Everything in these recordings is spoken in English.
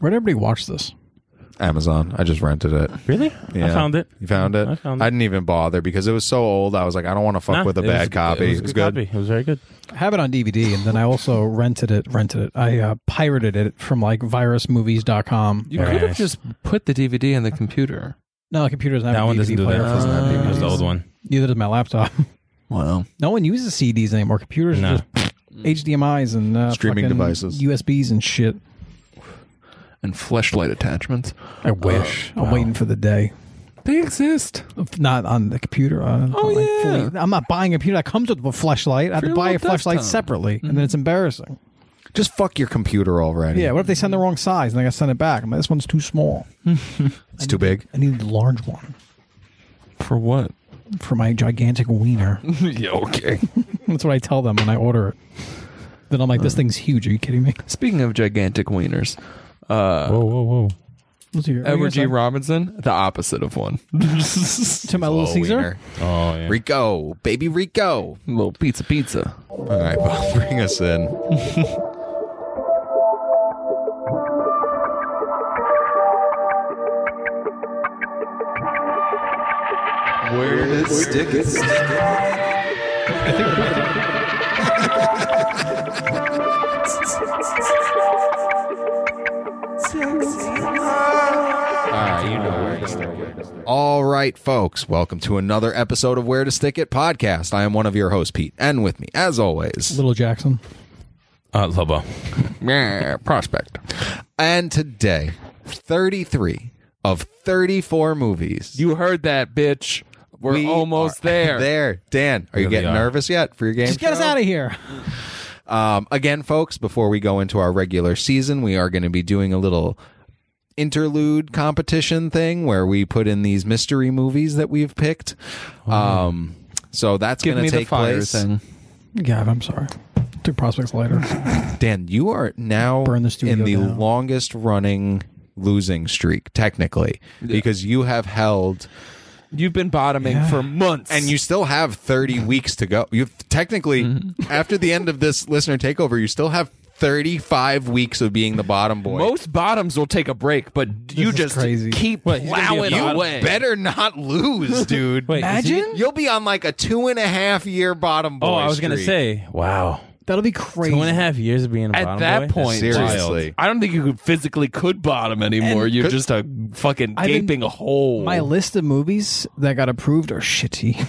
Where would everybody watch this? Amazon. I just rented it. Really? Yeah. I found it. You found it? I found it. didn't even bother because it was so old. I was like, I don't want to fuck Nah, with a it bad was- copy. It was, a good, copy. It was very good. I have it on DVD, and then I also rented it. Rented it. I uh, pirated it from like virusmovies.com. You Very could have nice. just put the DVD in the computer. No, the computer doesn't have that a one DVD doesn't do that. player. It for doesn't have was DVDs. the old one. Neither does my laptop. Wow. No one uses CDs anymore. Computers No. are just HDMIs and uh, Streaming fucking devices. USBs and shit. And fleshlight attachments. I wish. Uh, I'm waiting for the day. They exist. If Not on the computer. Uh, Oh, like yeah. fully- I'm not buying a computer that comes with a flashlight. I have For to your buy a little flashlight desktop. separately, and Mm-hmm. then it's embarrassing. Just fuck your computer already. Yeah, what if they send the wrong size and I gotta send it back? I'm like, this one's too small. It's too big. I need the large one For what? for my gigantic wiener. yeah, okay. That's what I tell them when I order it. Then I'm like, this thing's huge. Are you kidding me? Speaking of gigantic wieners, uh, Whoa, whoa, whoa. Let's hear- Edward are G. you gonna Robinson, the opposite of one. say to my little Oh, Caesar. wiener. Oh, yeah. Rico, baby Rico. Little pizza, pizza. All right, Bob, bring us in. All right, folks, welcome to another episode of Where to Stick It podcast. I am one of your hosts, Pete, and with me, as always, Little Jackson. Uh, Lobo. Meh, Prospect. and today, 33 of 34 movies. You heard that, bitch. We're We almost are there. There, Dan, are you Really getting are. nervous yet for your game? Just get us show? out of here. Um, again, folks, before we go into our regular season, we are going to be doing a little interlude competition thing where we put in these mystery movies that we've picked. Um, so that's Oh, Give going me to the take fire place. thing. Gav, I'm sorry. Two prospects later. Dan, you are now Burn the studio in the down. longest running losing streak, technically, because you have held You've been bottoming for months. and you still have 30 weeks to go. You've technically, Mm-hmm. after the end of this listener takeover, you still have 35 weeks of being the bottom boy. most bottoms will take a break, but you is just crazy. keep What, he's gonna be a plowing bottom? away. better not lose, dude. Wait, is he- Imagine? You'll be on like a two and a half year bottom boy. Oh, I was going to streak. say, wow. That'll be crazy. Two and a half years of being a At bottom that boy? point, That's wild. Seriously. I don't think you could physically could bottom anymore. You're just a fucking I've been- gaping hole. My list of movies that got approved are shitty.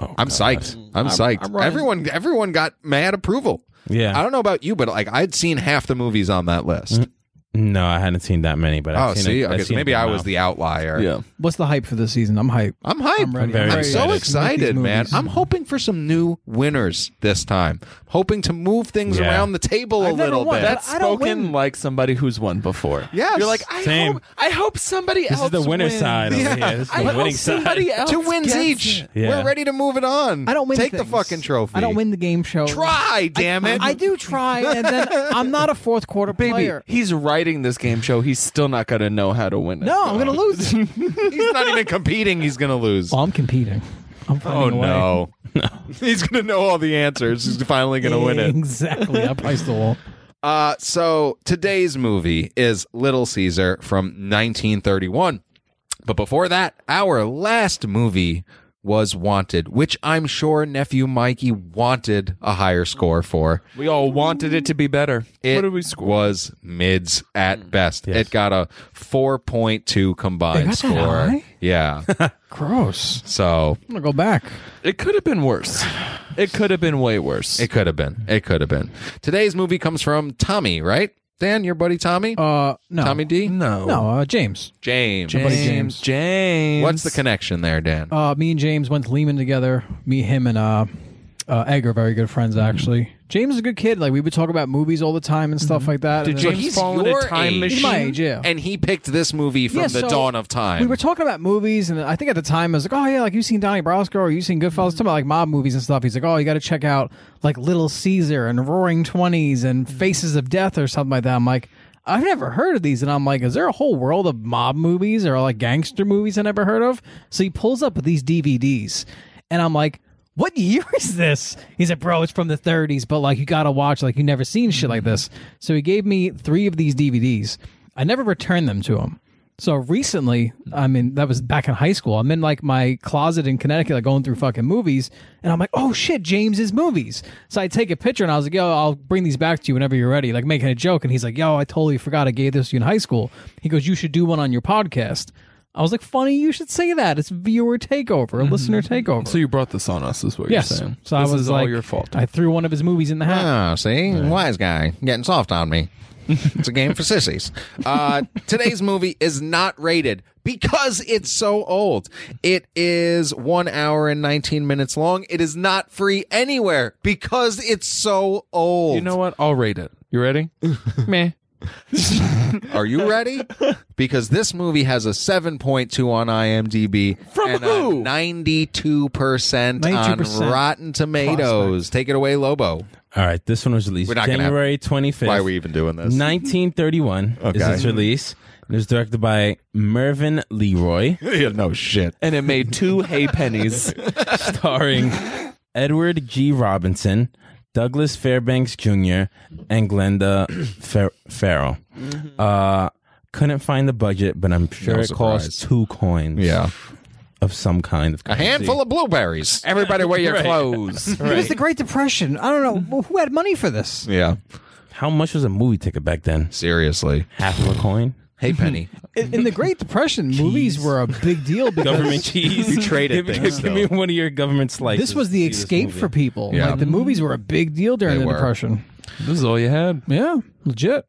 Oh, I'm psyched. I'm, psyched. everyone, everyone got mad approval. Yeah. I don't know about you, but like I'd seen half the movies on that list. No, I hadn't seen that many, but Oh, I've seen see, it- I've okay, so seen it maybe by I now. was the outlier. yeah. What's the hype for this season? I'm hyped. I'm hyped. I'm ready. I'm very I'm excited. so excited, Make these man. movies. I'm hoping for some new winners this time. Hoping to move things Yeah. around the table I've a never little won, bit. but That's I don't spoken win. like somebody who's won before. Yes. You're like, I Same. hope I hope somebody This else is the winner's wins. side over Yeah. here. This is I the hope winning somebody side. else Two wins gets each. it. Yeah. We're ready to move it on. I don't win. Take things. the fucking trophy. I don't win the game show. Try, damn it. I do try, and then I'm not a fourth quarter Baby, player. he's writing this game show. He's still not gonna know how to win it. No, I'm gonna lose. He's not even competing. He's gonna lose. I'm competing. I'm finding Oh a way. no. He's gonna know all the answers. He's finally gonna win it. Exactly. I probably still won't. Uh, so today's movie is Little Caesar from 1931. But before that, our last movie was Wanted, which I'm sure nephew Mikey wanted a higher score for. We all wanted it to be better. It what did we score? was mids at best. Yes. It got a 4.2 Hmm. combined They got that score. high? Yeah. Gross. so I'm gonna go back. It could have been worse. It could have been way worse. It could have been. It could have been. Today's movie comes from Tommy, right? Dan, your buddy Tommy? Uh, no. Tommy D? no. No, uh, James. James. buddy James. James. James. What's the connection there, Dan? Uh, me and James went to Lehman together. Me, him, and uh, uh, Egg are very good friends. Actually, James is a good kid. Like we would talk about movies all the time and stuff like that. Did and then- James he's fall in a your time age. machine? He's my age, yeah. And he picked this movie from Yeah, the so dawn of time. We were talking about movies, and I think at the time I was like, "Oh yeah, like you seen Donnie Brasco or you seen Goodfellas?" Talking about like mob movies and stuff. He's like, "Oh, you got to check out like Little Caesar and Roaring Twenties and Mm-hmm. Faces of Death or something like that." I'm like, "I've never heard of these," and I'm like, "Is there a whole world of mob movies or like gangster movies I never heard of?" So he pulls up these DVDs, and I'm like. What year is this? He said, "Bro, it's from the Mm-hmm. '30s, but like you gotta watch. Like you never seen shit like this." So he gave me three of these DVDs, I never returned them to him. So recently, I mean, that was back in high school. I'm in like my closet in Connecticut, like going through fucking movies, and I'm like, oh shit, James's movies. So I take a picture and I was like, yo, I'll bring these back to you whenever you're ready, like making a joke. And he's like, yo, I totally forgot I gave this to you in high school. He goes, you should do one on your podcast. I was like, funny, you should say that. It's viewer takeover, listener takeover. Mm-hmm. So you brought this on us, is what yes. you're saying. So I This was is like, all your fault. I threw one of his movies in the hat. Oh, see, wise guy getting soft on me. It's a game for sissies. Uh, today's movie is not rated because it's so old. It is one hour and 19 minutes long. It is not free anywhere because it's so old. you know what? I'll rate it. You ready? Meh. Are you ready? Because this movie has a 7.2 on IMDb From and a who? 92%, on 92%. Rotten Tomatoes. Take it away, Lobo. All right, this one was released We're not gonna have- January 25th. Why are we even doing this? 1931 is Okay. its release. It was directed by Mervyn Leroy, no shit. And it made two hay pennies. starring Edward G. Robinson, Douglas Fairbanks Jr., and Glenda Fer- Farrell. Uh, couldn't find the budget, but I'm sure No it cost surprise. two coins Yeah. of some kind of A handful of blueberries. Everybody wear your clothes. It was the Great Depression. I don't know who had money for this. Yeah. How much was a movie ticket back then? Seriously. Half of a coin? Hey, Penny. In, in the Great Depression, movies were a big deal because Government cheese. You traded give me, things, Give me though. one of your government slices. this was the to see this escape movie. for people. Yeah. Like the movies were a big deal during They the were. Depression. this is all you had. Yeah, legit.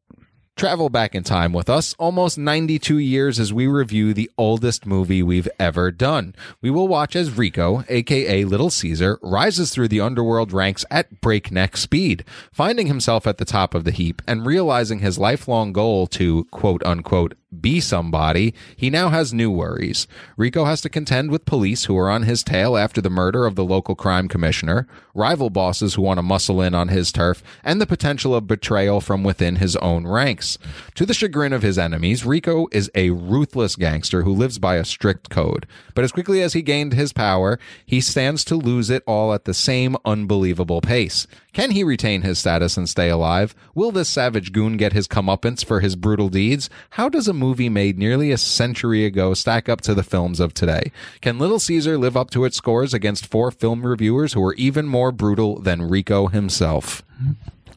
Travel back in time with us almost 92 years as we review the oldest movie we've ever done. We will watch as Rico, aka Little Caesar, rises through the underworld ranks at breakneck speed, finding himself at the top of the heap and realizing his lifelong goal to quote unquote be somebody, he now has new worries. Rico has to contend with police who are on his tail after the murder of the local crime commissioner, rival bosses who want to muscle in on his turf, and the potential of betrayal from within his own ranks. To the chagrin of his enemies, Rico is a ruthless gangster who lives by a strict code. But as quickly as he gained his power, he stands to lose it all at the same unbelievable pace. Can he retain his status and stay alive? Will this savage goon get his comeuppance for his brutal deeds? How does a movie made nearly a century ago stack up to the films of today? Can Little Caesar live up to its scores against four film reviewers who are even more brutal than Rico himself?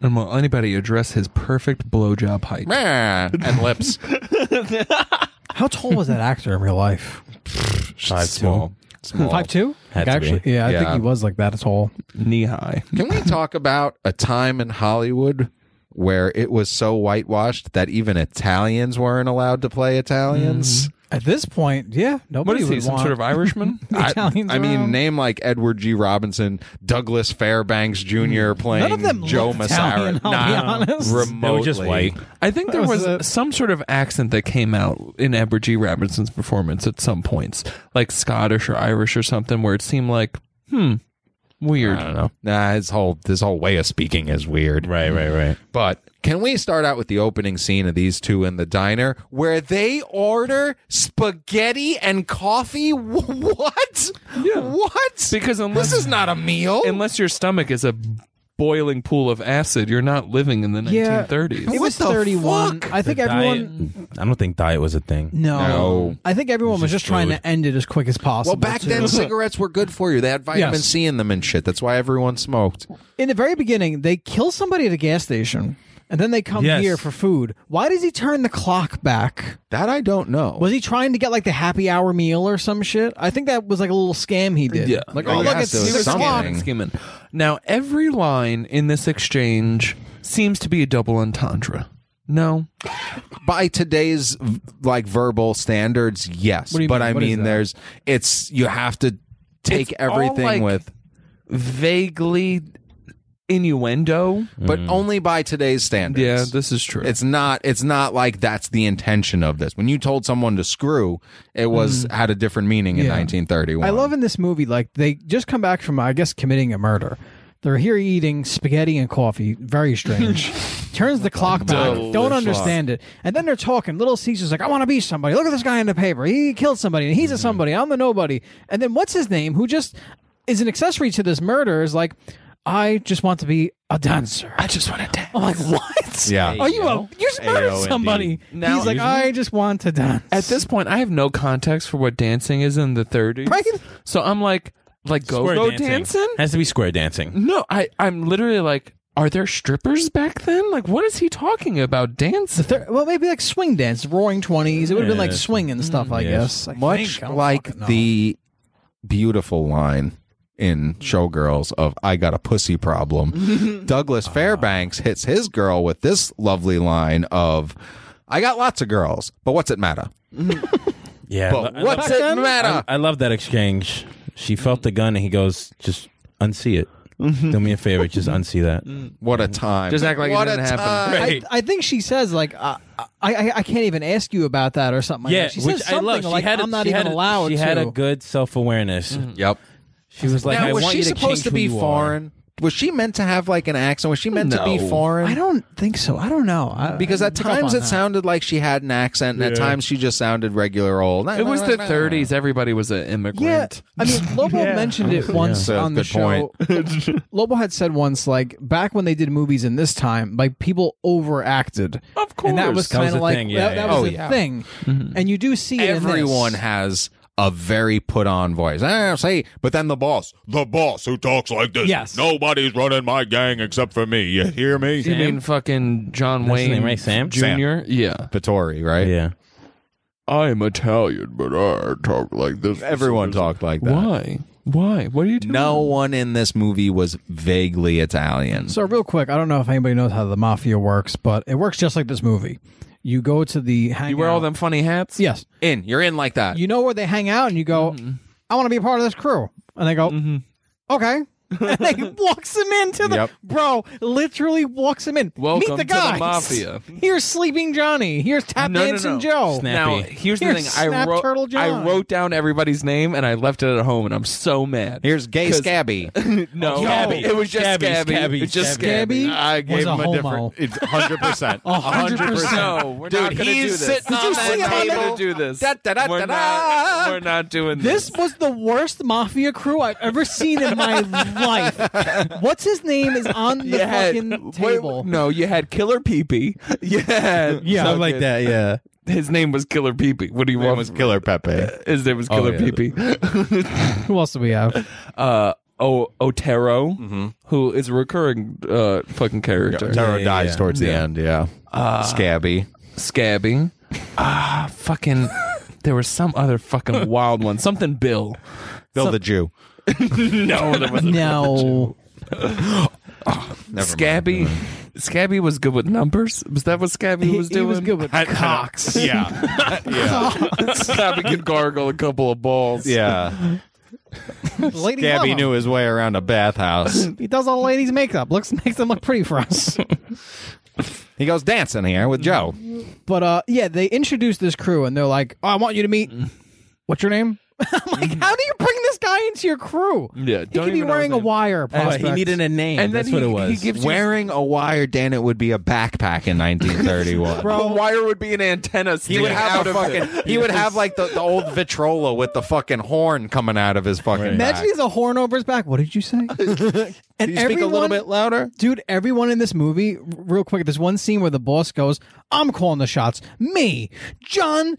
And will anybody address his perfect blowjob height? Meh. and lips. How tall was that actor in real life? Five small. Small. Five two? Had to Actually, be. yeah, I think Yeah. he was like that at all. Knee high. Can we talk about a time in Hollywood where it was so whitewashed that even Italians weren't allowed to play Italians? At this point, yeah, What nobody is would he? Some want sort of Irishman? I- Italians. I, mean, around. name like Edward G. Robinson, Douglas Fairbanks Jr. playing none of them Joe looked Italian, Massara. I'll Not be honest. They remotely. were just white. I think there What was was that? some sort of accent that came out in Edward G. Robinson's performance at some points, like Scottish or Irish or something, where it seemed like, hmm, weird. I don't know. Nah, his whole his whole way of speaking is weird. Right, right, right. But can we start out with the opening scene of these two in the diner where they order spaghetti and coffee? What? What? Because unless- this is not a meal. Unless your stomach is a boiling pool of acid, you're not living in the Yeah. 1930s. it was What the thirty-one. fuck? I think everyone. Diet, I don't think diet was a thing. No. No. I think everyone was just trying to end it as quick as well, possible. back too. then cigarettes were good for you. They had vitamin Yes. C in them and shit. That's why everyone smoked. in the very beginning, they kill somebody at a gas station, and then they come Yes. here for food. Why does he turn the clock back? That I don't know. Was he trying to get like the happy hour meal or some shit? I think that was like a little scam he did. Yeah. Like, Oh, oh, it look, it's has to have six something. o'clock. Skimming. Skimming. Now, every line in this exchange seems to be a double entendre. No, by today's v- like verbal standards, yes. do you But mean? I What is mean, that? there's it's you have to take It's all, everything like, with, vaguely innuendo. but Mm. only by today's standards. Yeah, this is true. it's not. It's not like that's the intention of this. When you told someone to screw, it was had a different meaning in Yeah. 1931. I love in this movie, like they just come back from, I guess, committing a murder. They're here eating spaghetti and coffee. Very strange. Turns the clock back. Don't understand it. And then they're talking. Little Caesar's like, I want to be somebody. Look at this guy in the paper. He killed somebody, and he's a somebody. I'm a nobody. And then what's his name? Who just is an accessory to this murder? Is like, I just want to be a dancer. I just want to dance. I'm like, what? Yeah. Are you a, you just murdered AO, somebody? indeed. Now- He's like, I just want to dance. At this point, I have no context for what dancing is in the 30s. Right? So I'm like, like go Square go dancing? Has to be square dancing. No, I I'm literally like, are there strippers back then? Like, what is he talking about dancing? There- well, maybe like swing dance, roaring twenties. It would have been like Yeah. swing and stuff, I Yes. guess. I much think. uh, I don't fucking know. like the beautiful line in Showgirls of I got a pussy problem. Douglas Fairbanks hits his girl with this lovely line of I got lots of girls, but what's it matter? Yeah. But what's it matter? I love that exchange. She felt the gun, and he goes, "Just unsee it. Do me a favor, just unsee that." What a time. Just act like it what didn't a happen. time. I, I think she says like uh, I, I I can't even ask you about that or something. Yeah, like that. she which says something I love. She like had a- I'm not she even had a- allowed. She to. had a good self awareness. Yep. She was like, Mm. now, "I was want she you to supposed change to who be you are." foreign? Was she meant to have like an accent? Was she meant to be No. foreign? I don't think so. I don't know I, because I at didn't pick up times on it that. sounded like she had an accent, and at times she just sounded regular old. It was the 30s. Everybody was an Yeah, immigrant. I mean, Lobo mentioned it once So, on the good show. Lobo had said once, like back when they did movies in this time, like people overacted, Of and that was That kind was of a like thing, that, yeah, that yeah. was Oh, a yeah. thing. And you do see it in this. everyone has a very put on voice. Ah, say, but then the boss, the boss who talks like this. Yes. Nobody's running my gang except for me. You hear me? You mean fucking John That's his Wayne name, right, Sam? Jr.? Yeah. Vittori, right? Yeah. I'm Italian, but I talk like this. Everyone talked like that. Why? Why? What are you doing? No one in this movie was vaguely Italian. So real quick, I don't know if anybody knows how the mafia works, but it works just like this movie. You go to the hangout. You wear all them funny hats? Yes, in, you're in like that. you know where they hang out, and you go, "I want to be a part of this crew," and they go, "Okay." and they walks him into the Yep. bro. Literally walks him in. Welcome Meet the to the guys. mafia. Here's Sleeping Johnny. Here's Tap No, no, Dancing no. Joe. Snap. Now Happy. here's the Here's thing. I Snap Turtle wrote. John. I wrote down everybody's name and I left it at home, and I'm so mad. Here's gay 'Cause- scabby. no, Scabby. it was just Scabby, scabby. Scabby, It was just Scabby. scabby. Scabby? I Was gave a him a homo. different. It's hundred percent. Oh. hundred No, we're Dude, not gonna he's do this. sitting Did on you that see how table. they would do this? Da, da, da, we're, da, not, da. we're not doing This this. was the worst mafia crew I've ever seen in my life. What's his name is on the You had- fucking wait, table. no, you had Killer Peepee. You had Yeah. Stuff like fucking- that. Yeah. His name was Killer Peepee. What do you want? was Killer Pepe. His name was Killer yeah. Peepee. Who else do we have? Uh, o- Otero, who is a recurring uh, fucking character. Taro yeah, dies yeah. towards the end. Yeah, scabby. Scabby. Ah, fucking. There was some other fucking wild one. Something Bill. Bill the Jew. No, there wasn't. No. Never Scabby. Scabby was good with numbers. Was that what Scabby He, was he doing? was good with cocks. Yeah, Scabby could gargle a couple of balls. yeah. Ladies love Gabby him. knew his way around a bathhouse. He does all ladies' makeup. Looks makes them look pretty for us. He goes dancing here with Joe. But uh, yeah, they introduce this crew and they're like, "Oh, I want you to meet. Mm. What's your name?" I'm like, "How do you bring this guy into your crew? Mm-hmm. Yeah, he don't could be even know wearing a his name. wire. Oh, prospect. he needed a name. And That's then what he- it was. he gives you- Wearing a wire, Dan, it would be a backpack in 1931. The wire would be an antenna. He would have out a of it. fucking. He would have like the, the old Vitrola with the fucking horn coming out of his fucking. Imagine back. he's a horn over his back. What did you say? and Can you speak a little bit louder? dude. Everyone in this movie, r- real quick. There's one scene where the boss goes, "I'm calling the shots. Me, John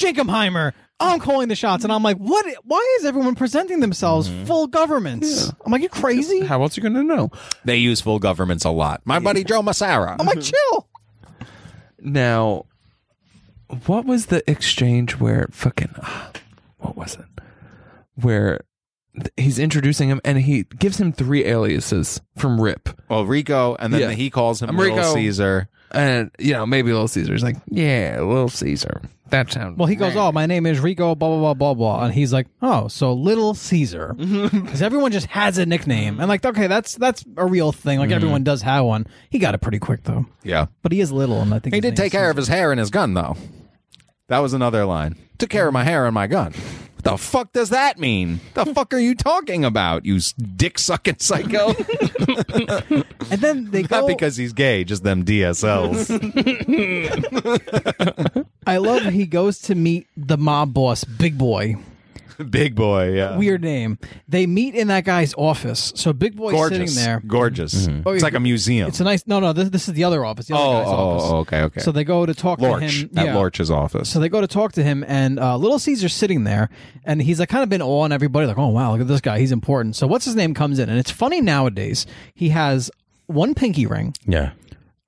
Jacobheimer. I'm calling the shots." And I'm like, "What? Why is everyone presenting themselves Mm-hmm. full governments?" I'm like, "You crazy?" How else are you going to know? They use full governments a lot. My buddy Joe Massara. I'm like, "Chill." Now, what was the exchange where fucking ah, what was it? Where th- he's introducing him and he gives him three aliases from Rip, well, Rico, and then Yeah. he calls him I'm Little Rico. Caesar. and you know maybe Little Caesar's like, yeah, Little Caesar. That sounds Well, he goes, "Oh, my name is Rico, blah blah blah blah blah," and he's like, "Oh, so Little Caesar," because everyone just has a nickname, and like, okay, that's that's a real thing. Mhm. Like everyone does have one. He got it pretty quick though, Yeah, but he is little, and I think he his did name's take care of his hair and his gun, though. That was another line. Took care of my hair and my gun. What the fuck does that mean? The fuck are you talking about, you dick sucking psycho? Caesar. And then they go. Not because he's gay, just them DSLs. I love he goes to meet the mob boss, Big Boy, Big boy, yeah. Weird name. They meet in that guy's office. So Big Boy's gorgeous. sitting there. Gorgeous. Mm-hmm. It's like a museum. It's a nice. No, no. This, this is the other office. The other oh, guy's oh, office. oh, okay, okay. So they go to talk to Lorch him. at yeah. Lorch's office. So they go to talk to him, and uh, Little Caesar's sitting there, and he's like kind of been on everybody, like, oh wow, look at this guy, he's important. So what's his name comes in, and it's funny nowadays. He has one pinky ring, Yeah.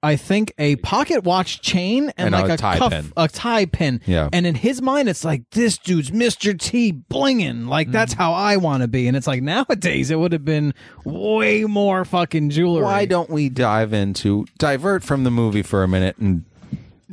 I think a pocket watch chain and, And like a a, tie cuff, pin. a tie pin. Yeah. And in his mind, it's like this dude's Mr. T blinging. Like that's Mm. how I want to be. And it's like nowadays, it would have been way more fucking jewelry. Why don't we dive into divert from the movie for a minute and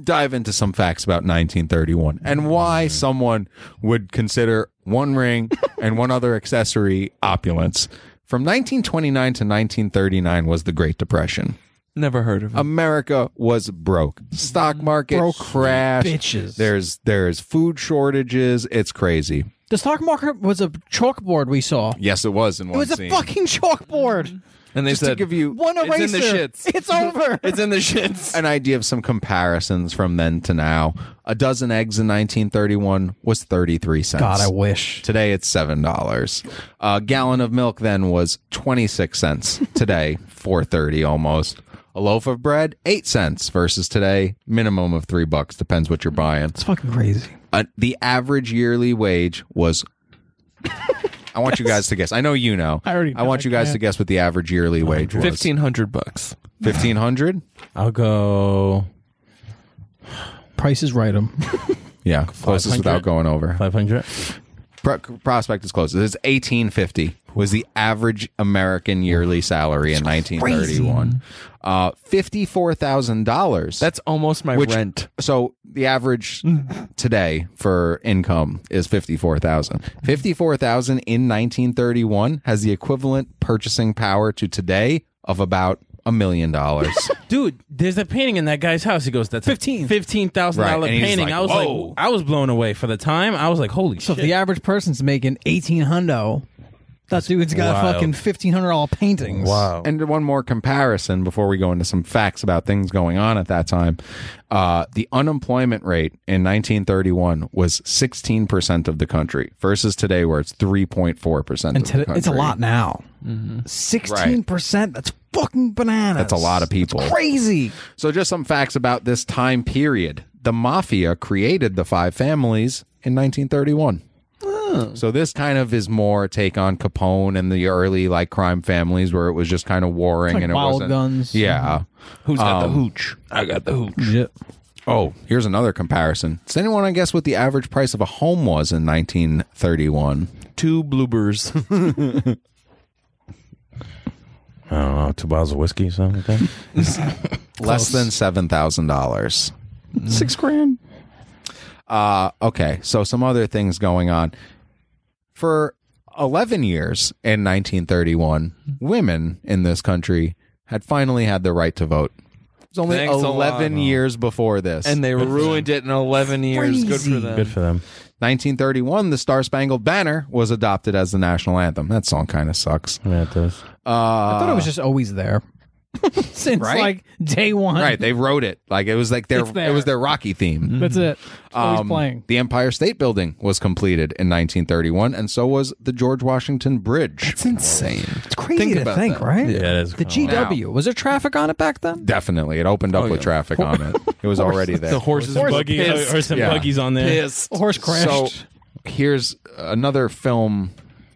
dive into some facts about 1931 and why Mm-hmm. someone would consider one ring and one other accessory opulence. From 1929 to 1939 was the Great Depression. Never heard of him. America was broke. Stock market Broke crashed. bitches. There's there's food shortages. It's crazy. the stock market was a chalkboard we saw? Yes, it was in one It was scene. a fucking chalkboard. and they Just said to give you One It's eraser. in the shits. It's over. it's in the shits. an idea of some comparisons from then to now. A dozen eggs in 1931 was 33 cents. God, I wish. Today it's seven dollars. A gallon of milk then was 26 cents. Today, 4.30 almost. A loaf of bread, eight cents versus today, minimum of three bucks. Depends what you're buying. It's fucking crazy. Uh, the average yearly wage was. I want you guys to guess. I know you know. I already know. want I you guys can't. to guess what the average yearly wage was. Fifteen hundred bucks. Fifteen hundred. I'll go Price is right. Them. Yeah, closest without 500. going over. 500. Pro- Prospect is close. It's 1850 was the average American yearly salary in 1931. Uh, Fifty-four thousand dollars. That's almost my Which- rent. so the average today for income is 54,000. 54,000 in 1931 has the equivalent purchasing power to today of about a million dollars. Dude, there's a painting in that guy's house. He goes, "That's $15,000. a fifteen thousand Right, dollar and he's painting." like, I was "Whoa." like, I was blown away for the time. I was like, "Holy So if shit!" the average person's making eighteen hundo, that dude's got Wild. fucking fifteen hundred dollar paintings. And one more comparison before we go into some facts about things going on at that time. Uh, the unemployment rate in 1931 was 16% of the country versus today where it's 3.4%. And of today, the country. it's a lot now. Mm-hmm. 16 percent. That's fucking bananas. That's a lot of people. Crazy. So, just some facts about this time period. The mafia created the five families in 1931. So this kind of is more take on Capone and the early like crime families where it was just kind of warring like and it Wild wasn't Guns. Yeah, Who's got Um, the hooch? I got the hooch. Oh, here's another comparison. Does anyone want to guess what the average price of a home was in 1931? Two bloopers. I don't know, Oh, uh, two bottles of whiskey, something like that. Less than seven thousand dollars. Six grand. Uh, okay, so some other things going on. For eleven years in 1931, women in this country had finally had the right to vote. It was only Thanks a eleven lot. years before this, and they ruined it in 11 years. Good Crazy. for them. Good for them. 1931, the Star Spangled Banner was adopted as the national anthem. That song kind of sucks. Yeah, it does. I thought it was just always there since Right? like day one. Right, they wrote it like it was like their It's there. Mm-hmm. it was their Rocky theme. That's it. It's always Um, playing. The Empire State Building was completed in 1931, and so was the George Washington Bridge. It's insane. It's crazy think to about think, that. right? Yeah, it is. The GW was there traffic on it back then? Definitely, it opened up with traffic on it. It was already there. The horses Horse buggy pissed. or some Yeah. buggies on there. pissed. Horse crashed. So here's another film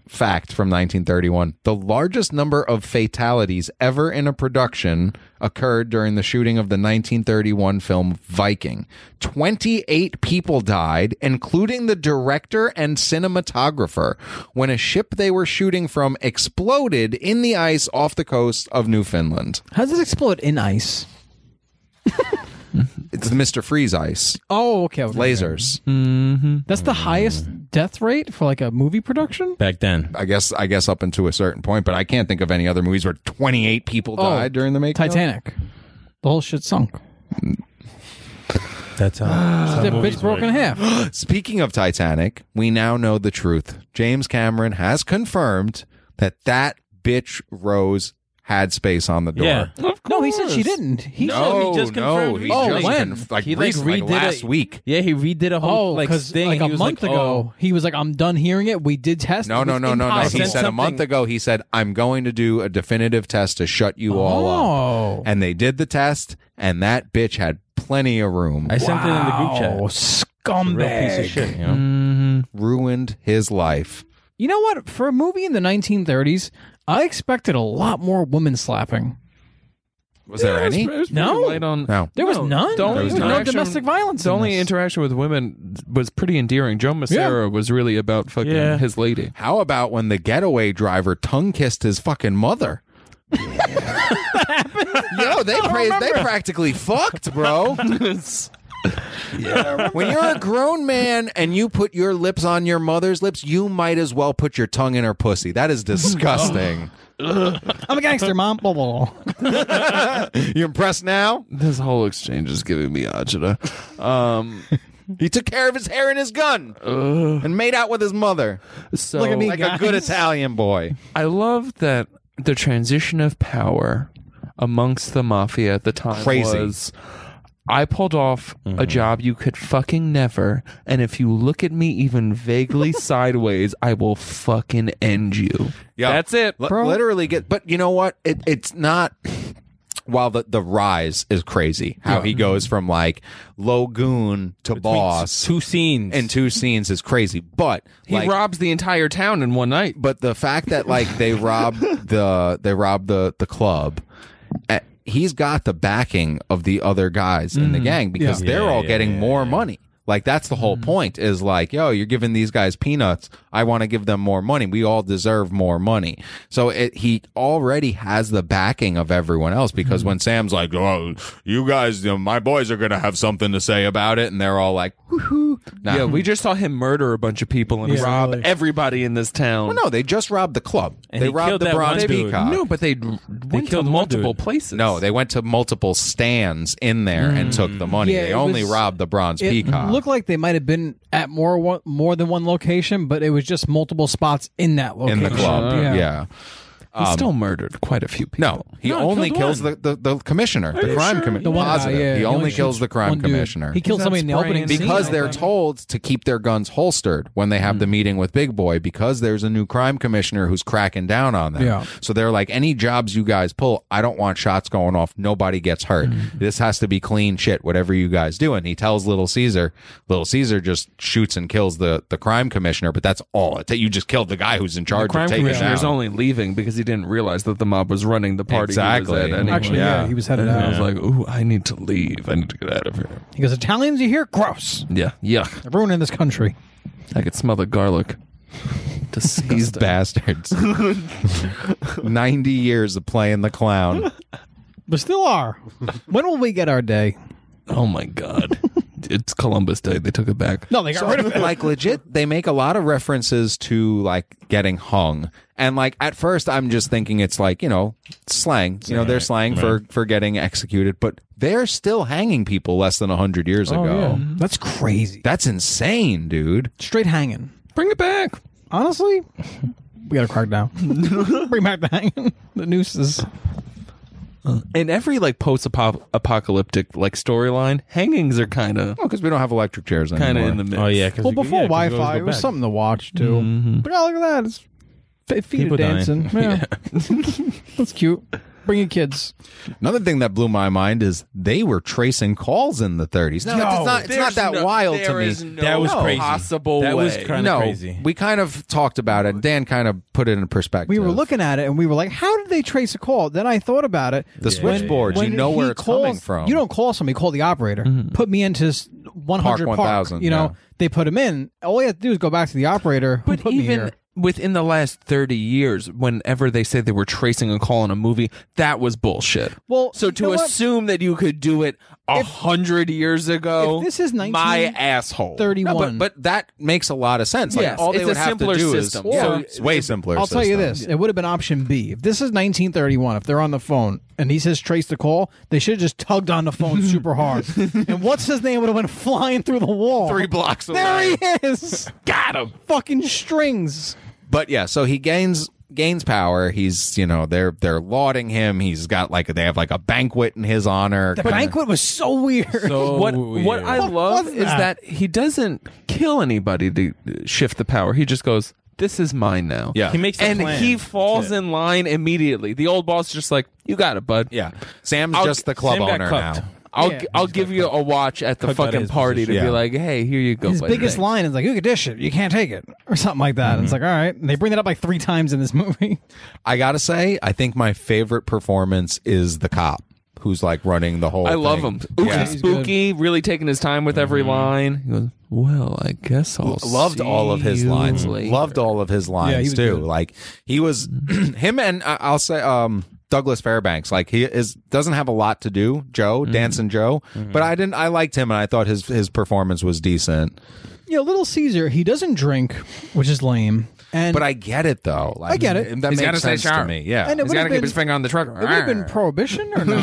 fact from 1931: the largest number of fatalities ever in a production occurred during the shooting of the 1931 film Viking. 28 people died, including the director and cinematographer, when a ship they were shooting from exploded in the ice off the coast of Newfoundland. How does it explode in ice? It's Mr. Freeze ice, Oh, okay. okay, okay. lasers. That's the highest death rate for like a movie production. Back then, I guess I guess up into a certain point, but I can't think of any other movies where 28 people Oh, died during the making. of. Titanic. The whole shit sunk. that's how. That bitch broke in half. Speaking of Titanic, we now know the truth. James Cameron has confirmed that that bitch rose had space on the door. Yeah. No, he said she didn't. He said No, He just no, confirmed he recently. just Oh, when? conf- like He, like, recently, like redid last it. week. Yeah, he redid a whole Oh, like because thing. like and a he was month like, "Oh, ago, he was like, "I'm done hearing it. We did test. No, it. no, It's no, no, no. He impossible." sent said a month something- ago. He said, "I'm going to do a definitive test to shut you all up." "Oh, And they did the test, and that bitch had plenty of room. Oh, I sent it in the group chat. wow, Real piece scumbag." of shit. You know? Ruined his life. You know what? For a movie in the 1930s, I expected a lot more woman slapping. Was there any? No. light on. No. There was No, none. the only there was no interaction- domestic violence. The in only this. interaction with women was pretty endearing. Joe Massera was really about fucking Yeah. his lady. How about when the getaway driver tongue kissed his fucking mother? Yo, they pra- they practically fucked, bro. When you're a grown man and you put your lips on your mother's lips, you might as well put your tongue in her pussy. That is disgusting. I'm a gangster, mom. Blah, blah, blah. you impressed now? this whole exchange is giving me agita. Um, He took care of his hair and his gun and made out with his mother so Look at me, like a guys. good Italian boy. I love that the transition of power amongst the mafia at the time Crazy. was I pulled off a job you could fucking never, and if you look at me even vaguely sideways, I will fucking end you. Yeah. That's it. Li- Literally get, but you know what? It, it's not. While the, the rise is crazy, how he goes from like low goon to boss Two scenes. in two scenes is crazy. But He like, robs the entire town in one night. but the fact that like they robbed the they robbed the the club eh, he's got the backing of the other guys in the gang because Mm-hmm. Yeah. they're Yeah, all yeah, getting yeah, Mm-hmm. more money like that's the whole point is like yo you're giving these guys peanuts i want to give them more money we all deserve more money so it, he already has the backing of everyone else because Mm-hmm. when sam's like oh you guys you know, my boys are gonna have something to say about it and they're all like woohoo nah. Yeah, we just saw him murder a bunch of people and Yeah. rob Really? everybody in this town. Well, no, they just robbed the club. And they he robbed killed the that one bronze dude. peacock. No, but they, they went to killed one dude. multiple places. No, they went to multiple stands in there and took the money. Yeah, they it only was- robbed the bronze It peacock. looked like they might have been at more one, more than one location, but it was just multiple spots in that in location. the club. Yeah. Yeah. he still murdered quite a few people. No, he only kills the, the, the commissioner, the crime commissioner. The one guy, Positive. yeah, he only kills shoots the crime one dude. commissioner. He killed He's somebody in the not opening spraying because scene. they're told to keep their guns holstered when they have the meeting with Big Boy because there's a new crime commissioner who's cracking down on them. Yeah. So they're like, any jobs you guys pull, I don't want shots going off. Nobody gets hurt. This has to be clean shit, whatever you guys do. And he tells Little Caesar, Little Caesar just shoots and kills the, the crime commissioner, but that's all. It's, you just killed the guy who's in charge crime of taking commissioner down. is only leaving because he didn't realize that the mob was running the party. he was at Exactly. anyway. Oh, Actually, yeah. he was headed And I out. was like, "Ooh, I need to leave. I need to get out of here." He goes, Italians, you hear? Gross. Yeah, yuck. They're ruining this country. I could smell the garlic. These Disgusting. bastards. 90 years of playing the clown. But still are. when will we get our day? Oh my god, it's Columbus Day. They took it back. No, they got rid of it. like legit they make a lot of references to like getting hung and like at first i'm just thinking it's like you know slang you know they're slang for for getting executed but they're still hanging people less than 100 years ago That's crazy. that's insane dude Straight hanging. Bring it back. Honestly, we got to crack down. Bring back the hanging. The nooses. In every like post-apocalyptic like storyline, hangings are kind of because Oh, we don't have electric chairs anymore kind of in the mix. oh yeah. 'cause Well, we- before yeah, 'cause we Wi always Fi, go it was back. something to watch, too. But oh, look at that. It's f- feet People are dying. dancing. Yeah. That's cute. Bring your kids. another thing that blew my mind is they were tracing calls in the 30s now it's not it's not There's that no- wild to there me is no That was crazy. Possible That was way. cra- Kinda no crazy. we kind of talked about it dan kind of put it in perspective We were looking at it and we were like, how did they trace a call? Then I thought about it. the switchboards When you know he where it's calls- coming from You don't call somebody, call the operator. Put me into s- 100 Park Park. 1000, you know, yeah. they put him in. All you have to do is go back to the operator who But put me even here. within the last 30 years, whenever they say they were tracing a call in a movie, that was bullshit. Well, so you to know what? assume that you could do it a hundred years ago, if this is my 19 asshole. 31. No, but, but that makes a lot of sense. Like Yes, all they it's would a have simpler to do system. is Yeah. So So it's way simpler. I'll tell you system. this. It would have been option B. If this is 1931, if they're on the phone and he says trace the call, they should have just tugged on the phone super hard. and what's his name would have went flying through the wall. Three blocks away. There he is. Got him. Fucking strings. But yeah, so he gains gains power, he's you know they're they're lauding him. He's got like they have like a banquet in his honor. The banquet was so weird. So what Oh, weird. what I love was is that he doesn't kill anybody to uh, shift the power. He just goes, "This is mine now." yeah, he makes a and plan. he falls in line immediately. The old boss is just like, "You got it, bud. yeah. Sam's I'll- just the club Sam got owner cucked. now. I'll Yeah. I'll give you a watch at the Cut that fucking is party to position. be Yeah. like, hey, here you go." His buddy." biggest line is like, "You can dish it, you can't take it," or something like that. And Mm-hmm. it's like, all right. And they bring that up like three times in this movie. I gotta say, I think my favorite performance is the cop who's like running the whole. I love thing. him. Ooky Yeah. He's good. spooky, really taking his time with every line. He goes, "Well, I guess I'll." loved see all of his you lines. later." Loved all of his lines Yeah, he was too. good. Like he was him and I- I'll say um Douglas Fairbanks. Like he is doesn't have a lot to do. Joe Mm-hmm. Dancing Joe, but I didn't. I liked him and I thought his his performance was decent. You know, Little Caesar, he doesn't drink, which is lame. And But I get it though. Like, I get it. That He's makes gotta stay sense to sharp. me. Yeah. And it He's would've got to keep been- his finger on the trigger. it would have been prohibition or no?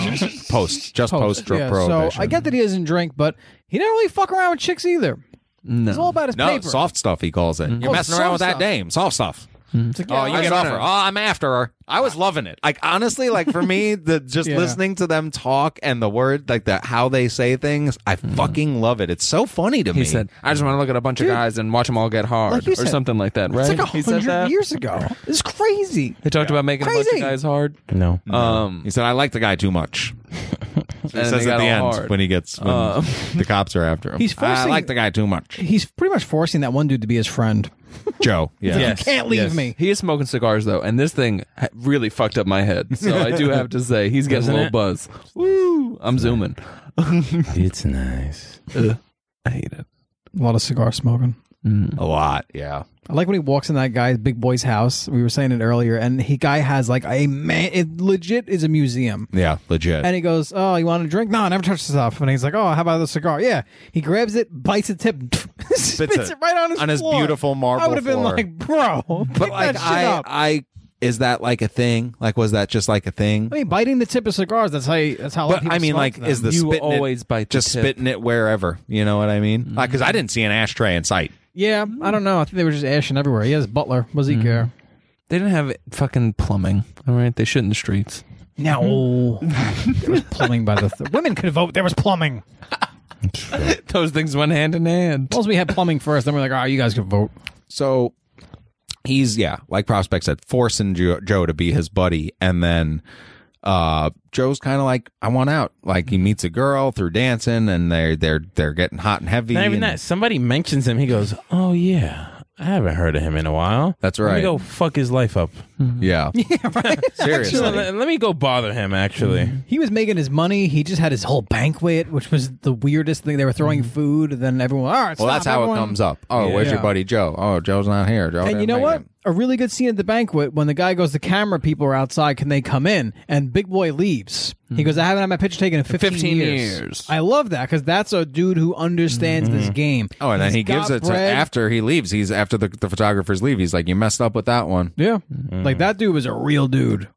post just post, yeah, prohibition. So I get that he doesn't drink, but he didn't really fuck around with chicks either. It's all about his no paper. soft stuff. He calls it. You're Oh, messing around soft with that stuff. Mm-hmm. dame. Soft stuff. It's like, yeah, oh, you I- get no, off her. no. Oh, I'm after her. I was loving it. Like honestly, like for me, the just Yeah. listening to them talk and the word, like the how they say things, I Mm-hmm. fucking love it. It's so funny to me. He said, "I just want to look at a bunch of guys and watch them all get hard, Like you or said, something like that." Right? It's like he a said hundred that. years ago. It's crazy. They talked about making a bunch Crazy. of guys hard. no. Um, he said, I like the guy too much. and He says they at got the end all hard. when he gets when the cops are after him. Uh, He's I forcing- like the guy too much. He's pretty much forcing that one dude to be his friend. Joe. Yeah. You can't leave me. He is smoking cigars though, and this thing ha- really fucked up my head. So I do have to say, he's getting Doesn't a little it? buzz. Woo! I'm zooming. I it's nice. hate it. A lot of cigar smoking. A lot. Yeah. I like when he walks in that guy's big boy's house. We were saying it earlier, and he guy has like a man. It legit is a museum. Yeah. Legit. And he goes, "Oh, you want a drink? No, I never touch this stuff." And he's like, "Oh, how about the cigar?" Yeah. He grabs it, bites the tip, spits it it right on his on his floor. beautiful marble I would have been floor. like, "Bro, pick but like that shit I up." I is that like a thing? Like was that just like a thing? I mean, biting the tip of cigars. That's how. You, that's how. a lot of But people I mean, smoke like, them. is the You spitting it- always bite the just tip. spitting it wherever? You know what I mean? Mm-hmm. Because I didn't see an ashtray in sight. yeah? I don't know. I think they were just ashing everywhere. He has butler. Was he care? They didn't have fucking plumbing. All right, they shit in the streets. No, Hmm? there was plumbing by the th- women could vote. There was plumbing. Those things went hand in hand. Plus, we had plumbing first. Then we're like, "Oh, you guys could vote." So he's yeah, like Prospect said, forcing Joe, Joe to be his buddy, and then uh Joe's kind of like, I want out. Like he meets a girl through dancing, and they're they're they're getting hot and heavy. Not even and- that. Somebody mentions him. He goes, "Oh yeah, I haven't heard of him in a while." That's Let right. me go fuck his life up. Yeah, Yeah, right. seriously. Let, let me go bother him. Actually, He was making his money. He just had his whole banquet, which was the weirdest thing. They were throwing food, and then everyone. All right, Well, stop, that's how everyone." it comes up. Oh, where's your Yeah. buddy Joe? Oh, Joe's not here. Joe And you didn't know make what? it. A really good scene at the banquet when the guy goes, the camera people are outside. Can they come in? And Big Boy leaves. He goes, I haven't had my picture taken in 15, 15 years. years. I love that because that's a dude who understands this game. Oh, and then He's he gives got it to bread. after he leaves. He's after the, the photographers leave. He's like, "You messed up with that one." Yeah. Like that dude was a real dude.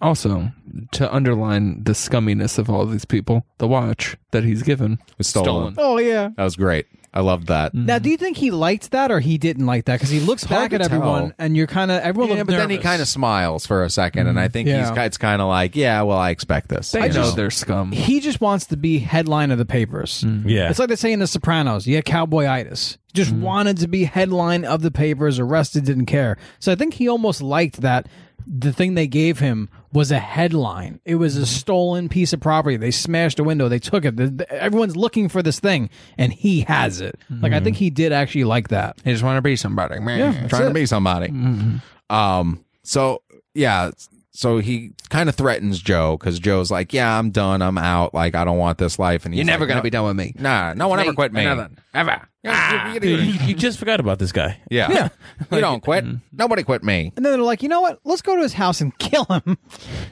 Also, to underline the scumminess of all these people, the watch that he's given was stolen. Oh, yeah. That was great. I loved that. Now, do you think he liked that or he didn't like that? Because he looks hard back at to tell. everyone and you're kind of, everyone Yeah, looks but then nervous. he Mm-hmm. kind of smiles for a second, and I think Yeah. he's it's kind of like, yeah, well, I expect this. They you know know? they're scum. he just wants to be headline of the papers. yeah. It's like they say in The Sopranos, yeah, cowboyitis. Just Mm-hmm. wanted to be headline of the papers, arrested, didn't care. So I think he almost liked that the thing they gave him was a headline. It was Mm-hmm. a stolen piece of property. They smashed a window, they took it. The- the- Everyone's looking for this thing, and he has it. Like, I think he did actually like that. They Mm-hmm. just want to be somebody, man. trying to be somebody. Mm-hmm. Um. So yeah. So he kind of threatens Joe because Joe's like, "Yeah, I'm done. I'm out. Like, I don't want this life." And he's You're never like, gonna "No, be done with me. Nah, no one ever quit me. Nothing. Ever. Ah. Dude, you, you just forgot about this guy. Yeah, yeah. you don't quit. mm. Nobody quit me. And then they're like, you know what? Let's go to his house and kill him.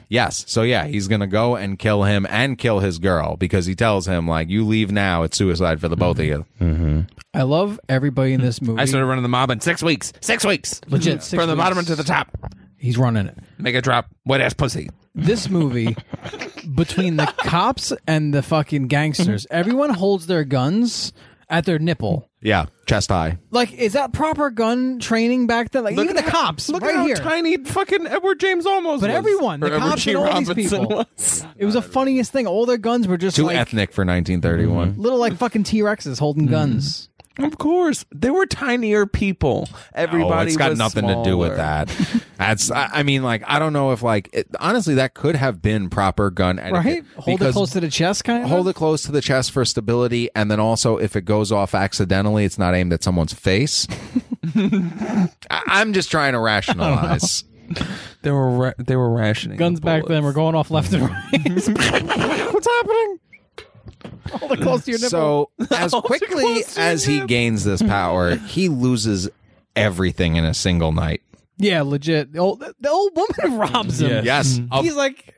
Yes. So yeah, he's gonna go and kill him and kill his girl because he tells him like, "You leave now. It's suicide for the both of you." Mm-hmm. I love everybody in this movie. I started running the mob in six weeks. Six weeks. Legit, From six the bottom weeks. to the top. He's running it. Make a drop. Wet ass pussy. this movie between the cops and the fucking gangsters everyone holds their guns at their nipple Yeah, chest high. Like, is that proper gun training back then? Like, even the at how- cops, Look right at how here. tiny fucking Edward James almost. But was. everyone, the Or Edward cops G. and all these Robinson people. was. It was the funniest thing. All their guns were just Too like Mm-hmm. ethnic for 1931. little, like fucking T Rexes holding guns. Of course, they were tinier people. Everybody. oh, it's got was nothing to do with smaller. that. That's. I, I mean, like, I don't know if like it, honestly that could have been proper gun etiquette. Right? Hold it because close to the chest, kind of. hold it close to the chest for stability, and then also if it goes off accidentally, it's not aimed at someone's face. I, I'm just trying to rationalize. They were ra- they were rationing guns the back then bullets. were going off left and right. What's happening? Hold it close to your nipple. So as quickly close to as he him. gains this power, he loses everything in a single night. yeah, legit. The old, the old woman robs him. Yeah. Yes, Mm-hmm. of He's like,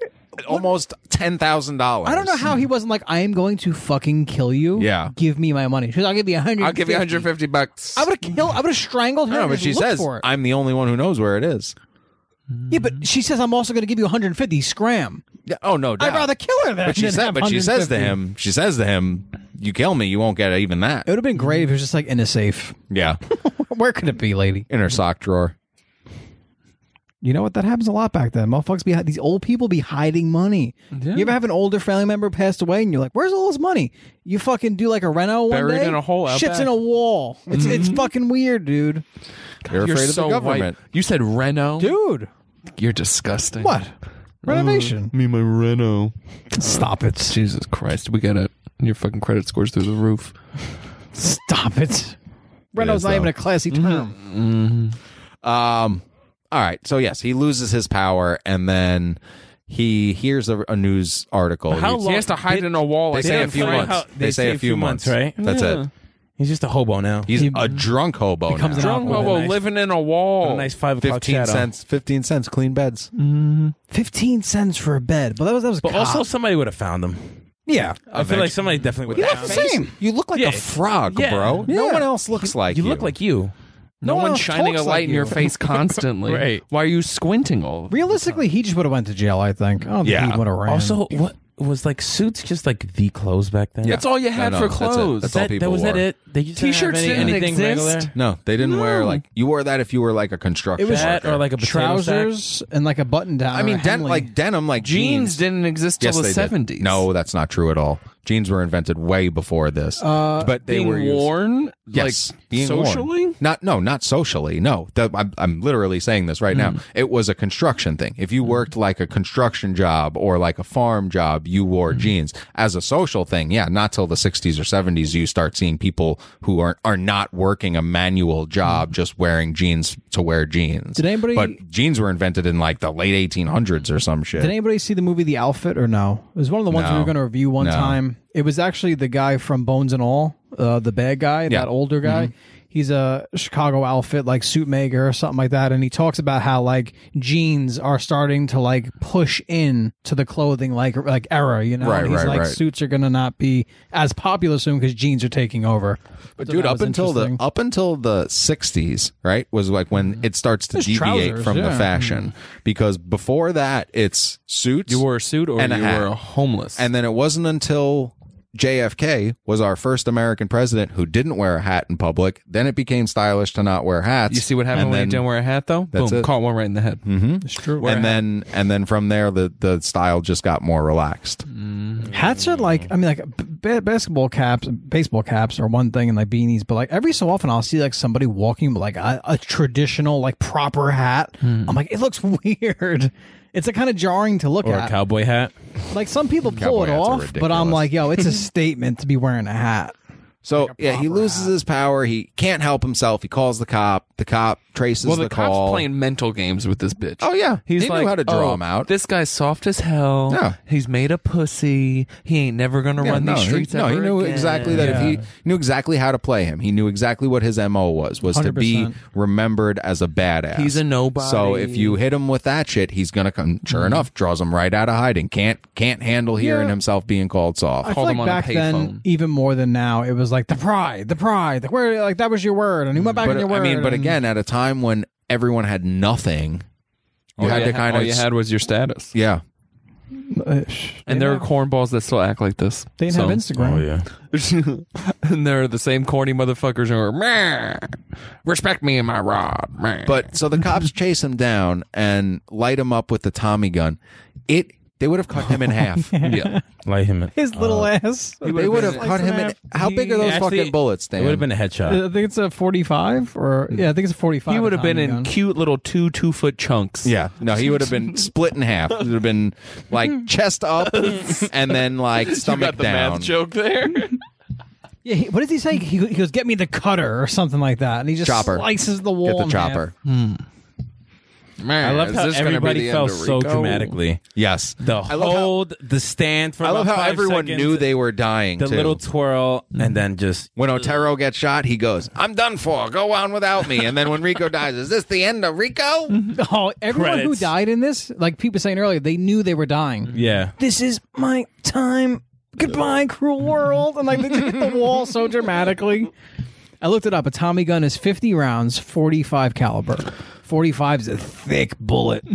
almost ten thousand dollars. I don't know how he wasn't like, I am going to fucking kill you. Yeah. Give me my money. She's like, I'll give you a hundred. I'll give you 150 bucks. I would have killed. I would have strangled her. No, and but just she looked says for it. I'm the only one who knows where it is. yeah, but she says I'm also going to give you 150. Scram! Yeah, Oh no, doubt. I'd rather kill her than. But she than said, have but she says to 150. him, she says to him, "You kill me, you won't get even that." It would have been great if it was just like in a safe. Yeah, Where could it be, lady? in her sock drawer. You know what? That happens a lot back then. Motherfuckers be these old people be hiding money. You ever have an older family member passed away and you're like, "Where's all his money?" You fucking do like a reno one Buried day. in a hole out Shit's back. in a wall. It's it's Mm-hmm. fucking weird, dude. You're, You're afraid so of the government. white. You said Reno. Dude, You're disgusting. what Mm. renovation? Me my Reno. Stop it! Jesus Christ, we got it. Your fucking credit scores through the roof. Stop it! Reno's is, not even though. Mm-hmm. a classy term. Um, all right. So yes, he loses his power, and then he hears a, a news article. How He- long- He has to hide in a wall. They like say a Sam few Frank. months. how- they, say, a few months, right? That's Yeah. it. He's just a hobo now. He's a drunk hobo becomes now. an Drunk With hobo nice- living in a wall. a nice five o'clock Fifteen shadow. cents. Fifteen cents. Clean beds. Fifteen cents for a bed, but that was that was. But also, cops. somebody would have found him. yeah, I feel like somebody definitely would you have look found the him. same. You look like Yeah. a frog, Yeah. bro. No Yeah. one else looks like you. You look like you. No, one one's else shining a talks light like in your you. face constantly. Right. Why are you squinting all? Realistically, he just would have went to jail. I think. I don't Yeah. think he would have ran. Also, what was like suits just like the clothes back then? That's all you had No, no, for that's it. clothes. That's all that, people that was that wore. it. They just didn't have T-shirts any- didn't anything exist. regular. No, they didn't wear like you wore that if you were like a construction. That worker. or like a potato sack. trousers and like a button down. I mean, den- like denim, like Jeans didn't exist till Yes, the they did. seventies. No, that's not true at all. Jeans were invented way before this, but they being were used- worn Yes, like being worn. socially. Not no, not socially. No, The- I'm, I'm literally saying this right Hmm. now. It was a construction thing. If you worked like a construction job or like a farm job, you wore Hmm. jeans as a social thing. Yeah, not till the 60s or 70s you start seeing people who are are not working a manual job just wearing jeans to wear jeans. Hmm. Did anybody- But jeans were invented in like the late 1800s or some shit. Did anybody see the movie The Outfit or no? It was one of the ones we No. were going to review one No. time. It was actually the guy from Bones and All, uh, the bad guy, that older guy. Mm-hmm. He's a Chicago outfit, like suit maker or something like that. And he talks about how like jeans are starting to like push in to the clothing like like era, you know. Right, And he's right, like right. suits are going to not be as popular soon because jeans are taking over. But So dude, that up was until the interesting. up until the '60s, right, was like when Mm-hmm. it starts to There's deviate trousers, from the yeah. fashion because before that it's suits. You wore a suit or And a you hat. were homeless. and then it wasn't until JFK was our first American president who didn't wear a hat in public. Then it became stylish to not wear hats. you see what happened and when then, you didn't wear a hat though? That's Boom, it. Mm-hmm. caught one right in the head. It's true. and then and then from there the the style just got more relaxed. Mm-hmm. Hats are like, I mean, like b- basketball caps, baseball caps are one thing, and like beanies. But like every so often, I'll see like somebody walking with like a, a traditional, like proper hat. I'm like, it looks weird. It's a kind of jarring to look Or a at. cowboy hat. like some people pull Cowboy it hats are off, but I'm ridiculous. like, yo, it's a statement to be wearing a hat. So yeah, he loses his power. He can't help himself. He calls the cop. The cop traces Well, the, cop's call. playing mental games with this bitch. Oh yeah, He's he like, knew how to draw "Oh, him out. This guy's soft as hell. Yeah. He's made a pussy. He ain't never gonna run these he- streets. no, he ever knew again. exactly that if he knew exactly how to play him, he knew exactly what his mo was was to be 100%. remembered as a badass. He's a nobody. Mm-hmm. So if you hit him with that shit, he's gonna come. Sure enough, draws him right out of hiding. Can't can't handle hearing Yeah. himself being called soft. I feel Called him like on a back then, payphone. even more than now, it was like the pride, the pride, the where, like that was your word, and you went back but on your word. I mean, but and- again, at a time when everyone had nothing, you All had to ha- kind all of you had was your status. yeah. Uh, sh- And they there are didn't have- cornballs that still act like this. they didn't have Instagram. Oh yeah. Instagram. and there are the same corny motherfuckers who are, "Meh, respect me and my rod. meh." But so the cops chase him down and light him up with the Tommy gun. It they would have cut him in half. yeah. Light him. in- His little Uh, ass. I They would have Slice cut in him in. half. How big are those Actually, fucking bullets, It Dan? would have been a headshot. think it's a 45 or yeah, I think it's a 45. Hmm. He would have been Tommy in gun. cute little two two foot chunks. Yeah, no, he would have been split in half. It would have been like chest up and then like You stomach got the down. math joke there. Yeah, he, what does he say? He, he goes, "Get me the cutter" or something like that, and he just Chopper. slices the wall. Get the in half. chopper. Man, I love how everybody fell so dramatically. Yes, The I love how- hold, the stand for I love about how five everyone seconds, knew they were dying. the too. little twirl, and then just when Otero gets shot, he goes, "I'm done for. Go on without me." And then when Rico dies, is this the end of Rico? Oh, everyone who Credits. died in this, like people saying earlier, they knew they were dying. Mm-hmm. yeah. This is my time. Goodbye, cruel world. And like they just hit the wall so dramatically. I looked it up. A Tommy gun is 50 rounds, 45 caliber. 45 is a thick bullet.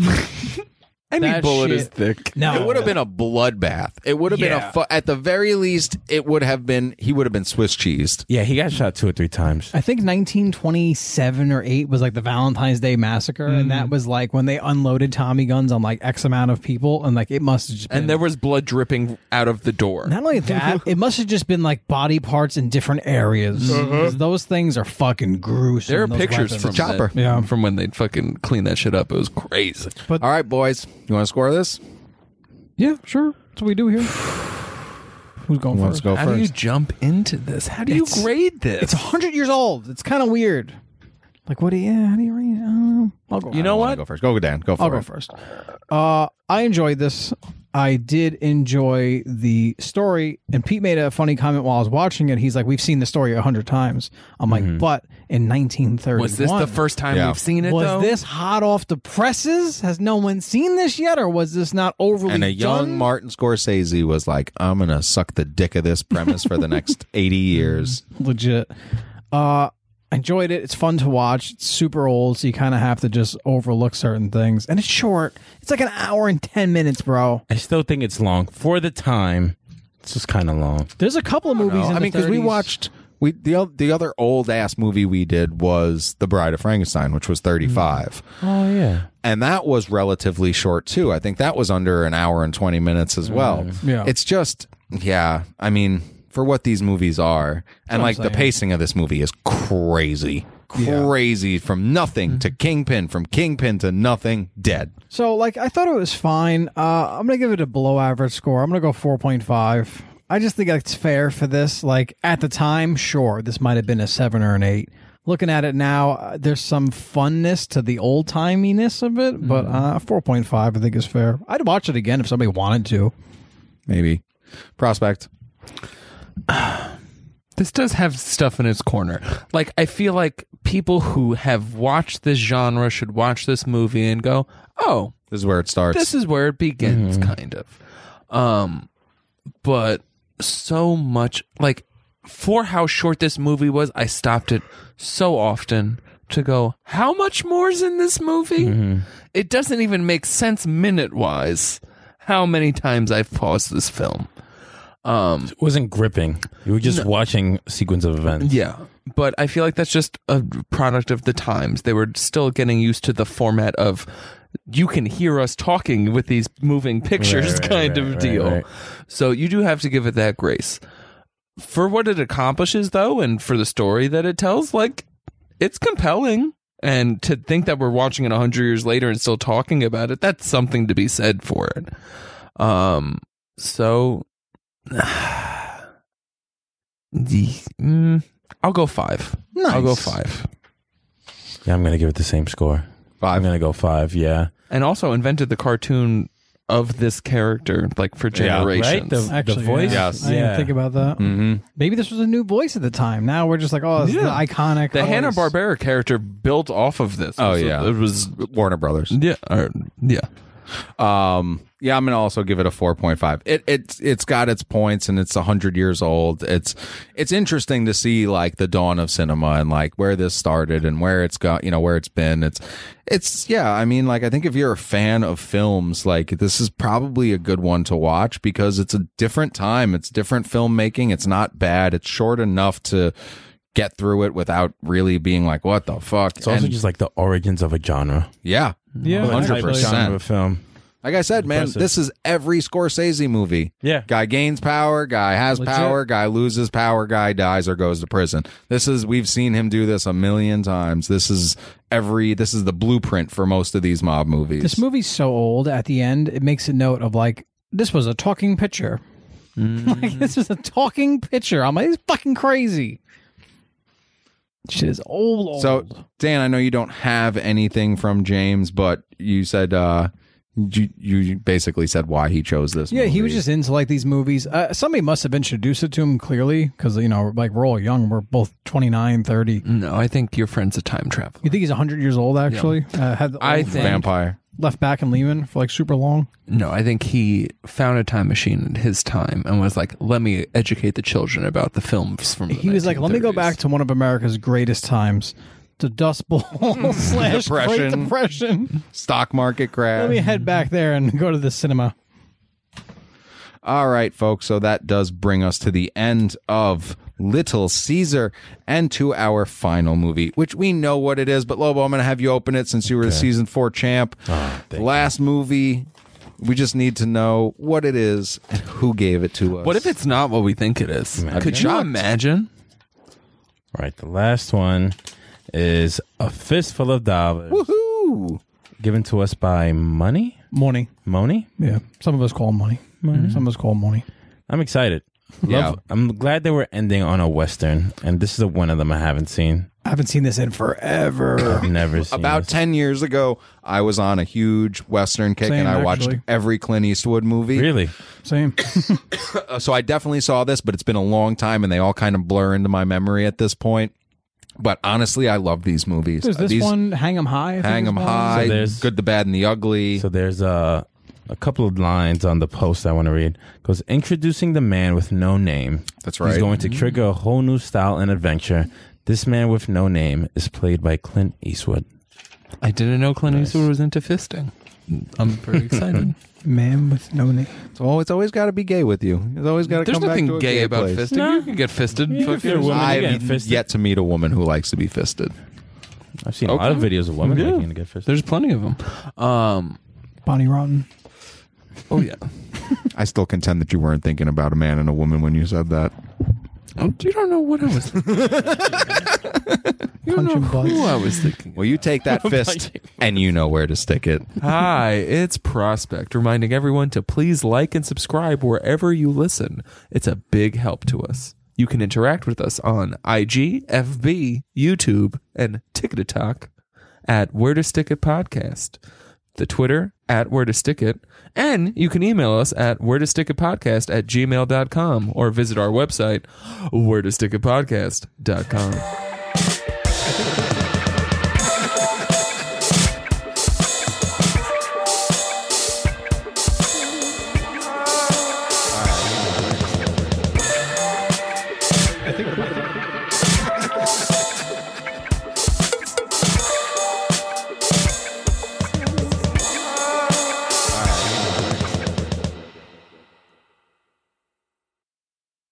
Any that bullet shit- is thick. No, It would have been a bloodbath. It would have been a Yeah. fu- at the very least, it would have been he would have been Swiss cheesed. Yeah, he got shot two or three times. I think 1927 or 8 was like the Valentine's Day massacre, and Mm. that was like when they unloaded Tommy guns on like X amount of people, and like it must have just been. And there was blood dripping out of the door. not only that, it must have just been like body parts in different areas. Uh-huh. 'Cause Those things are fucking gruesome. There are those pictures weapons. from Chopper. that- Yeah. from when they fucking clean that shit up. It was crazy. All right, boys, you want to score this? Yeah, sure. That's what we do here. Who's going Let's first? go How do you first. jump into this? How do It's- you grade this? It's 100 years old. It's kind of weird. Like, what do you, how do you read? I don't know. I'll go. you know what? Go first. Go Dan. Go for I'll it. go first. Uh, I enjoyed this. I did enjoy the story, and Pete made a funny comment while I was watching it. He's like, "We've seen the story a hundred times." I'm like, "But in 1931, Was this the first time Yeah. we've seen it? Was though? this hot off the presses? Has no one seen this yet, or was this not overly And a young done? Martin Scorsese was like, "I'm gonna suck the dick of this premise for the next 80 years." legit. Uh, I enjoyed it. It's fun to watch. It's super old, so you kind of have to just overlook certain things. And it's short. It's like an hour and ten minutes, bro. I still think it's long for the time. It's just kind of long. There's a couple of movies. I in the mean, because we 30s. watched we the o- the other old ass movie we did was The Bride of Frankenstein, which was 35, Mm-hmm. Oh yeah, and that was relatively short too. I think that was under an hour and 20 minutes as well. Yeah. it's just yeah. I mean, for what these movies are, and like the pacing of this movie is crazy. Crazy from nothing Mm-hmm. to Kingpin, from Kingpin to nothing, dead. So, like, I thought it was fine. Uh, I'm gonna give it a below average score. I'm gonna go 4.5. I just think it's fair for this. Like at the time, sure, this might have been a seven or an eight. Looking at it now, uh, there's some funness to the old timiness of it, but Mm-hmm. uh, 4.5 I think is fair. I'd watch it again if somebody wanted to. Maybe prospect. this does have stuff in its corner. Like I feel like people who have watched this genre should watch this movie and go, "Oh, This is where it starts. this is where it begins kind of um but so much like for how short this movie was i stopped it so often to go how much more's in this movie it doesn't even make sense minute wise how many times i've paused this film um it wasn't gripping. You were just watching a sequence of events. yeah but i feel like that's just a product of the times they were still getting used to the format of you can hear us talking with these moving pictures right, kind right, of right, deal right. so you do have to give it that grace for what it accomplishes though and for the story that it tells like it's compelling and to think that we're watching it 100 years later and still talking about it that's something to be said for it um so the- mm, i'll go five i'll go Nice. five Yeah, I'm gonna give it the same score. I'm Five. gonna go five. Yeah, and also invented the cartoon of this character like for Yeah, right? generations right. The, the voice. yeah. Yes. I didn't Yeah. think about that. Mm-hmm. Maybe this was a new voice at the time. Now we're just like, oh, it's the Yeah. iconic. the voice. Hanna Barbera character built off of this. Oh, It was- yeah. it was Warner Brothers. yeah, or, yeah. Um, Yeah, I'm gonna also give it a 4.5. It it's it's got its points and it's hundred years old. It's it's interesting to see like the dawn of cinema and like where this started and where it's got you know where it's been. It's it's yeah. I mean, like I think if you're a fan of films, like this is probably a good one to watch because it's a different time. It's different filmmaking. It's not bad. It's short enough to get through it without really being like what the fuck. It's also And, just like the origins of a genre. yeah. Yeah, Like, type of 100%. genre of a film. Like I said, man, Impressive. this is every Scorsese movie. Yeah. Guy gains power, guy has Legit. power, guy loses power, guy dies or goes to prison. This is we've seen him do this a million times. This is every this is the blueprint for most of these mob movies. This movie's so old. At the end, it makes a note of like this was a talking picture. like this is a talking picture. I'm like, it's fucking crazy. Shit is old. old. so Dan, I know you don't have anything from James, but you said uh you you basically said why he chose this. yeah, he was movie. just into like these movies. Uh, somebody must have introduced it to him clearly because you know, like we're all young. We're both 29, 30. No, I think your friend's a time traveler. You think he's 100 years old? Actually, uh, had the I old think- vampire. left back in Lehman for like super long. No, I think he found a time machine in his time and was like, "Let me educate the children about the films from." The He was like, "Let me go 1930s." back to one of America's greatest times." The Dust Bowl slash Great Depression. Depression. Stock market crash. Let me head back there and go to the cinema. All right, folks. So that does bring us to the end of Little Caesar and to our final movie, which we know what it is. But Lobo, I'm going to have you open it since you were the season four champ. Last movie. We just need to know what it is and who gave it to us. What if it's not what we think it is? Could you imagine? All right, the last one is a fistful of dollars Woohoo! given to us by Money Money. Money. Yeah. Some of us call him money. Some of us call him money. I'm excited. Love, Yeah. I'm glad that we're ending on a western, and this is the one of them I haven't seen. I haven't seen this in forever. Never seen About this. 10 years ago, I was on a huge Western kick Same, and I watched actually. every Clint Eastwood movie. really. Same. so I definitely saw this, but it's been a long time and they all kind of blur into my memory at this point. But honestly, I love these movies. There's this these one, Hang 'em High. I think Hang is 'em one. high, So there's- good, the bad, and the ugly. So there's a a couple of lines on the post I want to read. It goes introducing the man with no name. That's He's right. going to trigger a whole new style and adventure. This man with no name is played by Clint Eastwood. I didn't know Clint Eastwood was into fisting. I'm very excited. Man with no name. oh, it's always got to be gay with you. It's always got to There's come back to nothing a gay, about place. fisting. Nah. You can get fisted. Fuck you're a it. woman, I've you get fisted. yet to meet a woman who likes to be fisted. I've seen a lot of Okay. videos of women Yeah. liking to get fisted. There's plenty of them. Um, Bonnie Rotten. oh yeah. I still contend that you weren't thinking about a man and a woman when you said that. Oh, you don't know what I was. you don't Punch know and who butts. I was thinking. Well, you take that fist and you know where to stick it. Hi, it's Prospect, reminding everyone to please like and subscribe wherever you listen. It's a big help to us. You can interact with us on IG, FB, YouTube, and TikTok at Where to Stick It Podcast, the Twitter at Where to Stick It, and you can email us at Where to Stick It Podcast at gmail.com or visit our website, Where to Stick It Podcast.com.